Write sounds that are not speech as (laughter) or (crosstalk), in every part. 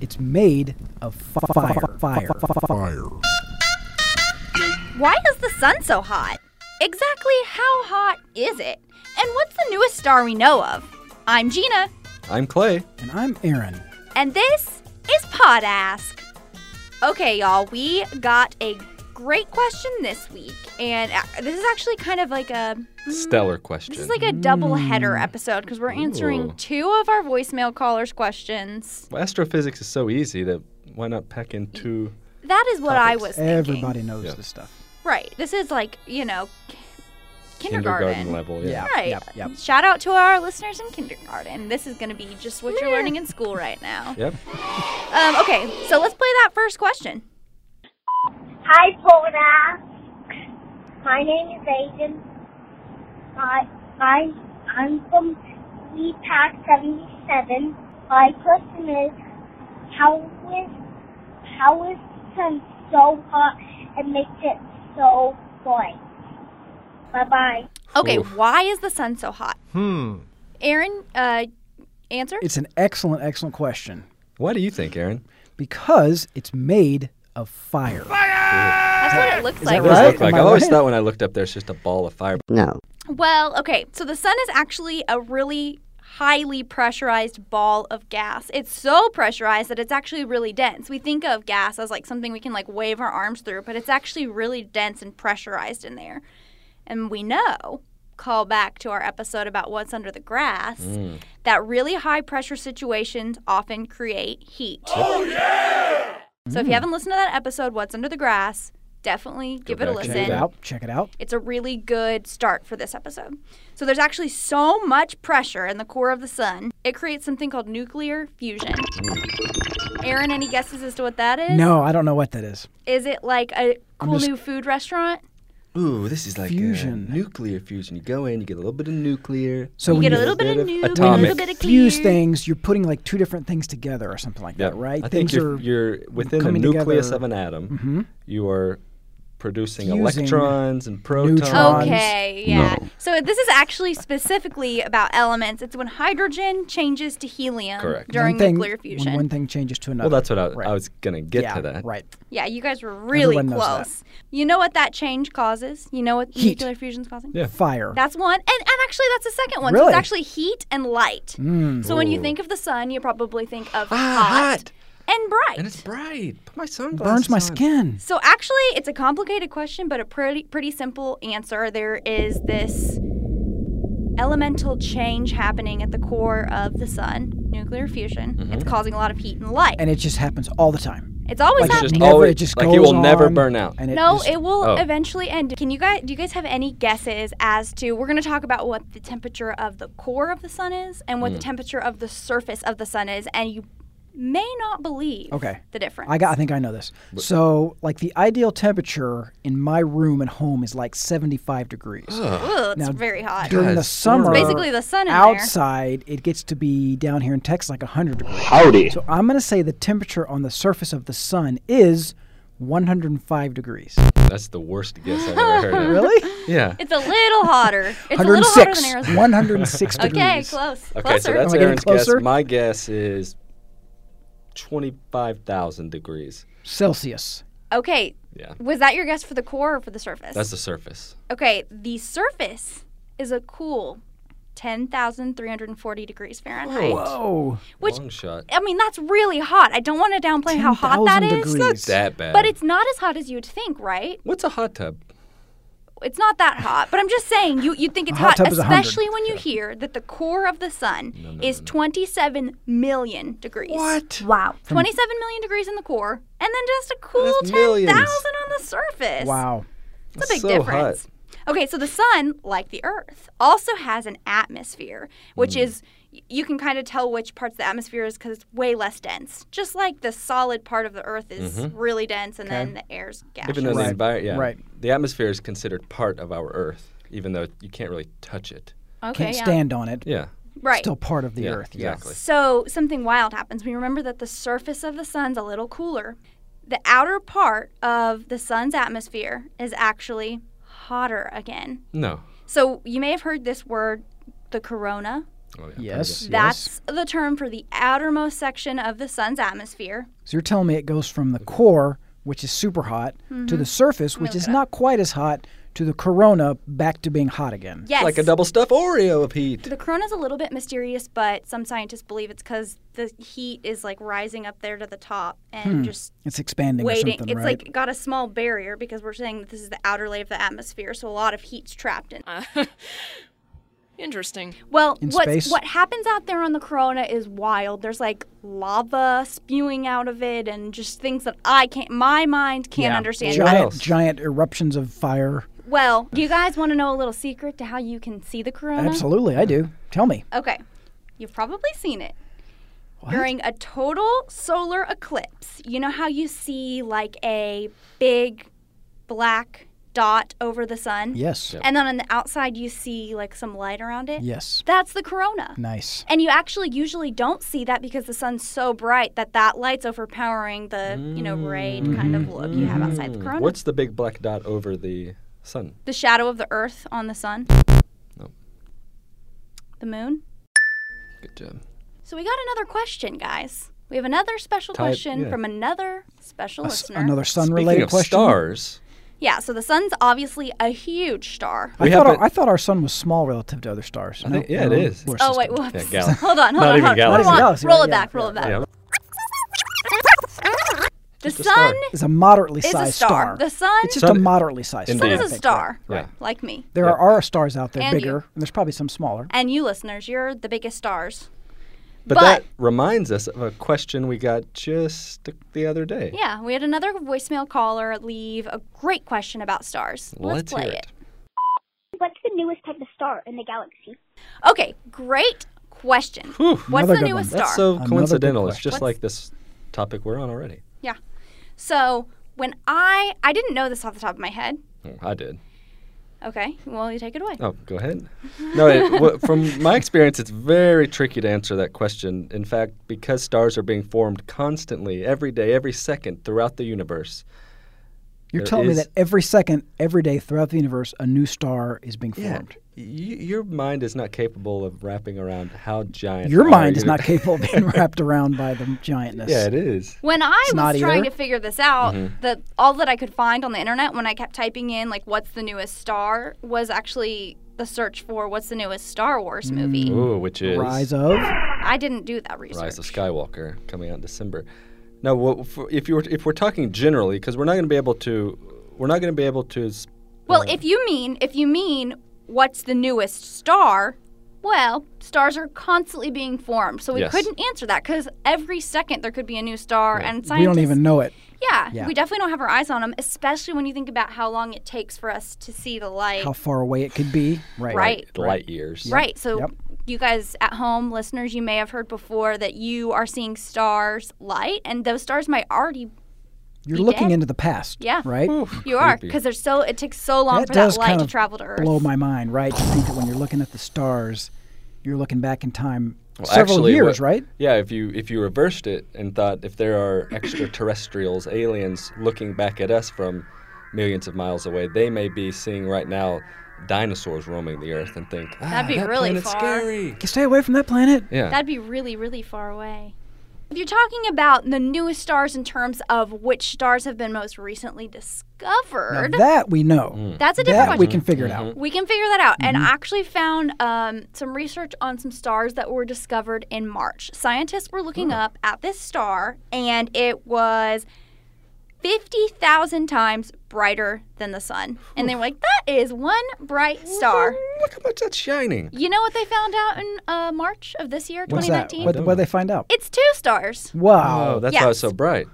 It's made of fi- fire. Fire. Fire. Why is the sun so hot? Exactly how hot is it? And what's the newest star we know of? I'm Gina, I'm Clay. And I'm Aaron. and this is Pod Ask. Okay, y'all, we got a great question this week, and a- this is actually kind of like a Stellar question. this is like a double header episode because we're answering Hmm. Ooh. two of our voicemail callers' questions. Well, astrophysics is so easy that why not pack in two? That is what I was Topics. thinking. Everybody knows Yeah. this stuff. right? This is like you know, k- kindergarten level? Yeah. Right. Yep. Yep. Shout out to our listeners in kindergarten. This is going to be just what you're learning in school right now. Yep. Um, okay, so let's play that first question. Hi, Poda. My name is Aiden. I, I, I'm from EPAC 77. My question is, how is, how is the sun so hot and makes it so bright? Bye-bye. Okay, Oof. why is the sun so hot? Hmm. Aaron, uh, answer? It's an excellent, excellent question What do you think, Aaron? because it's made of fire. That's (laughs) what it looks like. What does it Right? look Am like? I I always right? thought when I looked up there, it's just a ball of fire. Well, okay, so the sun is actually a really highly pressurized ball of gas. It's so pressurized that it's actually really dense. We think of gas as like something we can like wave our arms through, but it's actually really dense and pressurized in there. And we know, call back to our episode about what's under the grass, that really high pressure situations often create heat. Oh yeah. So if you haven't listened to that episode what's under the grass, definitely give it a back listen and do Check it out. Check it out. it's a really good start for this episode. So there's actually so much pressure in the core of the sun, it creates something called nuclear fusion. Aaron, any guesses as to what that is? No, I don't know what that is. Is it like a cool just- new food restaurant? Ooh, this is like uh, Fusion. nuclear fusion. You go in, you get a little bit of nuclear. So You when get a you- little bit of new, Atomic. a little Atomic. bit of clear. fuse things, you're putting like two different things together or something like Yeah, that, right? I think things you're, are you're within the coming nucleus together. of an atom. You are producing Fusing electrons and protons. neutrons. Okay, yeah. So this is actually specifically about elements. It's when hydrogen changes to helium Correct. during one thing, nuclear when fusion. one thing changes to another. Well, that's what I, Right. I was gonna get yeah, to that. Right. Yeah, you guys were really Everyone knows that. close. You know what that change causes? You know what Heat. nuclear fusion's causing? Yeah. Fire. That's one. And, and actually, that's the second one. So Really? it's actually heat and light. So when you Ooh. think of the sun, you probably think of Ah, hot, and bright. And it's bright. Put my burns sunglasses. my on. skin. so actually, it's a complicated question, but a pretty, pretty simple answer. There is this elemental change happening at the core of the sun, nuclear fusion. It's causing a lot of heat and light. And it just happens all the time. it's always Like it's it just happening. never, always- it just like, goes it will never on, burn out. And it No, just- it will oh. eventually end. Can you guys do you guys have any guesses as to we're going to talk about what the temperature of the core of the sun is and what the Mm. temperature of the surface of the sun is and you may not believe Okay. the difference. I got. I think I know this. So, like the ideal temperature in my room at home is like 75 degrees. Ah, Ooh, it's Now, very hot. During the Guys, summer, It's basically the sun in there. outside, it gets to be down here in Texas like 100 degrees. Howdy. So I'm going to say the temperature on the surface of the sun is 105 (laughs) degrees. That's the worst guess I've ever heard. (laughs) Of. Really? Yeah. It's a little hotter. It's (laughs) a little hotter 106. than Arizona. 106 degrees. (laughs) Okay, close. Okay, Closer. so that's Am I getting Aaron's guess. closer? My guess is twenty-five thousand degrees. Celsius. okay. Yeah, Was that your guess for the core or for the surface? that's the surface. okay, the surface is a cool 10,340 degrees Fahrenheit. Whoa. Which- Long shot. I mean, that's really hot. I don't want to downplay how hot that 10,000 is. degrees. Not that bad. But it's not as hot as you'd think, right? what's a hot tub? It's not that hot. But I'm just saying, you, you'd think it's A hot hot, tub is 100. especially when you hear that the core of the sun is 27 million degrees. What? Wow. Hmm. 27 million degrees in the core, and then just a cool That's 10,000 millions. on the surface. Wow. That's a big so difference. hot. Okay, so the sun, like the earth, also has an atmosphere, Hmm. which is y- you can kind of tell which parts of the atmosphere is because it's way less dense. Just like the solid part of the earth is really dense, and then the air's gaseous. Mm-hmm. Even though Right, the environment, yeah, right. the atmosphere is considered part of our Earth, even though you can't really touch it. okay, Can't yeah. stand on it. Yeah, Right. Still part of the Yeah, earth. exactly. So something wild happens. We remember that the surface of the sun's a little cooler. The outer part of the sun's atmosphere is actually hotter again. No. So you may have heard this word, the corona. Oh, yeah, pretty Yes. good. That's the term for the outermost section of the sun's atmosphere. So you're telling me it goes from the core, which is super hot, Mm-hmm. to the surface, which is not quite as hot, to the corona, back to being hot again. Yes. Like a double stuff Oreo of heat. The corona's a little bit mysterious, but some scientists believe it's because the heat is like rising up there to the top and just It's expanding Hmm. or waiting. something, It's right? like got a small barrier because we're saying that this is the outer layer of the atmosphere, so a lot of heat's trapped in. Interesting. Well, In what's, space? what happens out there on the corona is wild. There's like lava spewing out of it, and just things that I can't, my mind can't Yeah. understand. What giant, else? giant eruptions of fire. Well, do you guys want to know a little secret to how you can see the corona? Absolutely, I do. Tell me. Okay. You've probably seen it. During a total solar eclipse, you know how you see like a big black dot over the sun? Yes. And then on the outside, you see like some light around it? Yes. That's the corona. Nice. And you actually usually don't see that because the sun's so bright that that light's overpowering the, you know, rayed kind of look you have outside the corona. Mm. Mm-hmm. What's the big black dot over the sun? the shadow of the earth on the sun? Nope. The moon? Good job. So we got another question, guys. We have another special Type- question yeah. from another special A s- listener. Another Speaking sun-related of question. stars, Yeah, so the sun's obviously a huge star. I We thought, have our, I thought our sun was small relative to other stars. I No, think- yeah, it no, is. we're Oh system. wait, whoops. (laughs) gal- hold on, hold on, Not even hold on. galaxy. Roll, Not even galaxy, roll right, it yeah, back, roll it back. yeah, The just a star. sun It's a moderately is sized a star. The sun It's is just a Sun- moderately sized star. Indeed. I Sun's a think, star, right. like me. There are, are stars out there And bigger, you. and there's probably some smaller. And you listeners, you're the biggest stars. But, But- that reminds us of a question we got just the other day. Yeah, we had another voicemail caller leave a great question about stars. Let's, play hear it. it. What's the newest type of star in the galaxy? Okay, great question. What's Another the good one. newest star? That's so Another good coincidental. It's question. just like this topic we're on already. so when I I didn't know this off the top of my head. Oh, I did. Okay, well you take it away. Oh, go ahead. No, (laughs) it, w- from my experience, it's very tricky to answer that question. In fact, because stars are being formed constantly, every day, every second, throughout the universe. You're There telling me is- that every second, every day throughout the universe, a new star is being formed. Y- your mind is not capable of wrapping around how giant. Your our mind (laughs) is not universe- capable of being wrapped around by the giantness. Yeah, it is. When I not was trying either. to figure this out, Mm-hmm. the all that I could find on the internet when I kept typing in like what's the newest star was actually the search for what's the newest Star Wars movie. Ooh, which is Mm. Rise of I didn't do that research. Mm. Rise of Skywalker coming out in December. Now, what, for, if you were, if we're talking generally, because we're not going to be able to, we're not going to be able to. s- Well, if you mean if you mean what's the newest star, well, stars are constantly being formed, so we Yes. couldn't answer that because every second there could be a new star, and scientists we don't even know it. yeah, Yeah. we definitely don't have our eyes on them, especially when you think about how long it takes for us to see the light. How far away it could be. Right. right. Light years. Right. So Yep. you guys at home, listeners, you may have heard before that you are seeing stars light, and those stars might (laughs) already You're Be looking dead. into the past. Yeah. Right. you are Creepy. because there's so it takes so long That for does that light kind to of travel to Earth. Blow my mind. Right. To think that when you're looking at the stars, you're looking back in time Well, several actually, years. what- Right. Yeah, if you if you reversed it and thought if there are extraterrestrials, aliens looking back at us from millions of miles away, they may be seeing right now dinosaurs roaming the earth and think ah, That'd be that really planet's far. scary. You stay away from that planet. Yeah. That'd be really, really far away. If you're talking about the newest stars in terms of which stars have been most recently Now discovered, that we Hmm. know. that's a different That question. we can figure it Mm-hmm. out. We can figure that out. And Mm-hmm. I actually found um, some research on some stars that were discovered in March. Scientists were looking Oh. up at this star, and it was 50,000 times brighter than the sun. And they were like, that is one bright star. Look how much that's shining. You know what they found out in uh, March of this year, What's that? 2019? What what they find out? It's two stars. Wow. Oh, that's why it's so bright.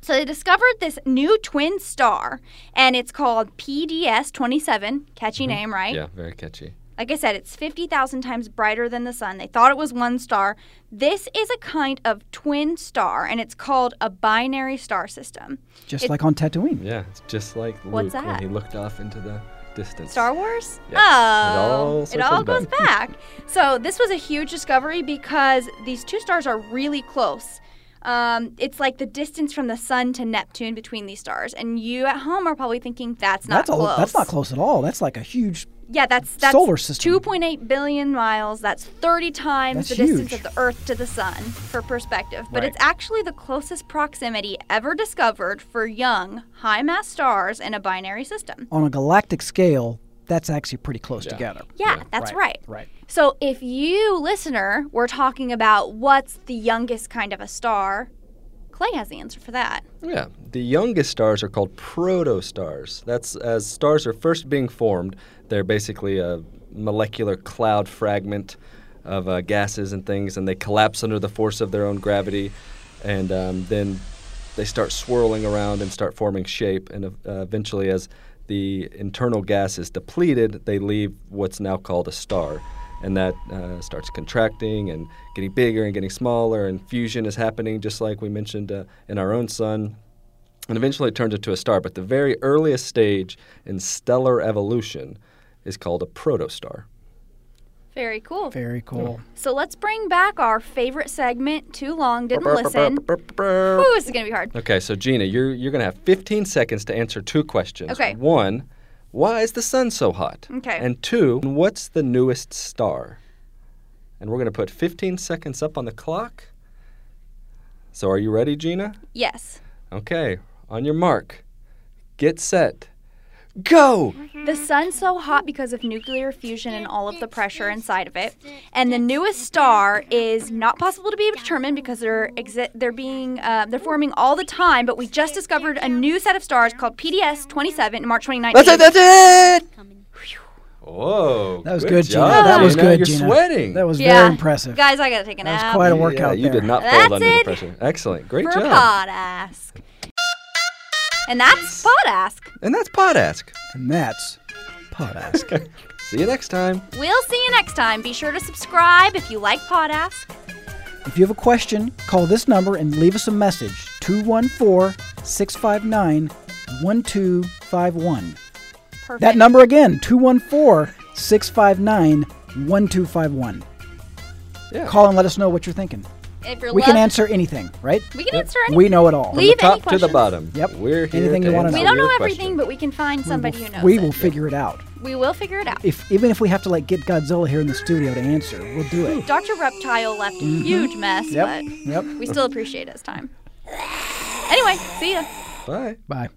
So they discovered this new twin star, and it's called PDS 27. Catchy Mm-hmm. name, right? Yeah, very catchy. Like I said, it's 50,000 times brighter than the sun. They thought it was one star. This is a kind of twin star, and it's called a binary star system. Just it- like on Tatooine. Yeah, it's just like Luke What's that? when he looked off into the distance. Star Wars? Yeah. Oh, It all circles goes back. so this was a huge discovery because these two stars are really close. Um, it's like the distance from the sun to Neptune between these stars, and you at home are probably thinking that's not That's a, close. that's not close at all. That's like a huge Yeah, that's that's Solar system. 2.8 billion miles. That's 30 times That's the distance huge. of the Earth to the Sun for perspective. But Right. it's actually the closest proximity ever discovered for young high mass stars in a binary system. On a galactic scale, that's actually pretty close Yeah. together. Yeah, that's right. Right. So if you listener were talking about what's the youngest kind of a star, Clay has the answer for that. Yeah, the youngest stars are called protostars. That's as stars are first being formed. They're basically a molecular cloud fragment of uh, gases and things, and they collapse under the force of their own gravity, and um, then they start swirling around and start forming shape. And uh, eventually, as the internal gas is depleted, they leave what's now called a star. And that uh, starts contracting and getting bigger and getting smaller, and fusion is happening just like we mentioned uh, in our own sun. And eventually it turns into a star. But the very earliest stage in stellar evolution is called a protostar. Very cool. Very Oh, cool. So let's bring back our favorite segment. Too long, didn't listen. Ooh, this is gonna be hard. Okay, so Gina, you're, you're going to have 15 seconds to answer two questions. Okay. One, why is the sun so hot? Okay. And two, what's the newest star? And we're going to put 15 seconds up on the clock. So are you ready, Gina? Yes. Okay, on your mark, get set, go! The sun's so hot because of nuclear fusion and all of the pressure inside of it. And the newest star is not possible to be determined because they're exi- they're being uh, they're forming all the time. But we just discovered a new set of stars called PDS 27 in March 2019. That's it, that's it! Whoa. That was good, Gina. job, That was Gina. good, You're Gina. sweating. That was Yeah. very impressive. Guys, I gotta take a That was nap. quite a Yeah, workout You there. did not fold That's under the it. pressure. Excellent. Great for job. Pod Ask. And that's Pod Ask. And that's Pod Ask. And that's Pod Ask. (laughs) See you next time. We'll see you next time. Be sure to subscribe if you like Pod Ask. If you have a question, call this number and leave us a message 214 659 1251. Perfect. That number again 214 659 1251. Yeah. Call and let us know what you're thinking. If you're We can love- answer anything, right? We can answer anything. We know it all. From Leave the any top to the questions. bottom. Yep. We're here Anything to you wanna answer know. We don't your know question. everything, but we can find somebody who knows. we it. will figure it out. We will figure it out. If even if we have to like get Godzilla here in the studio to answer, we'll do it. Dr. Reptile left a huge mess, Yep. Yep. but we still appreciate his time. Anyway, see ya. Bye. Bye.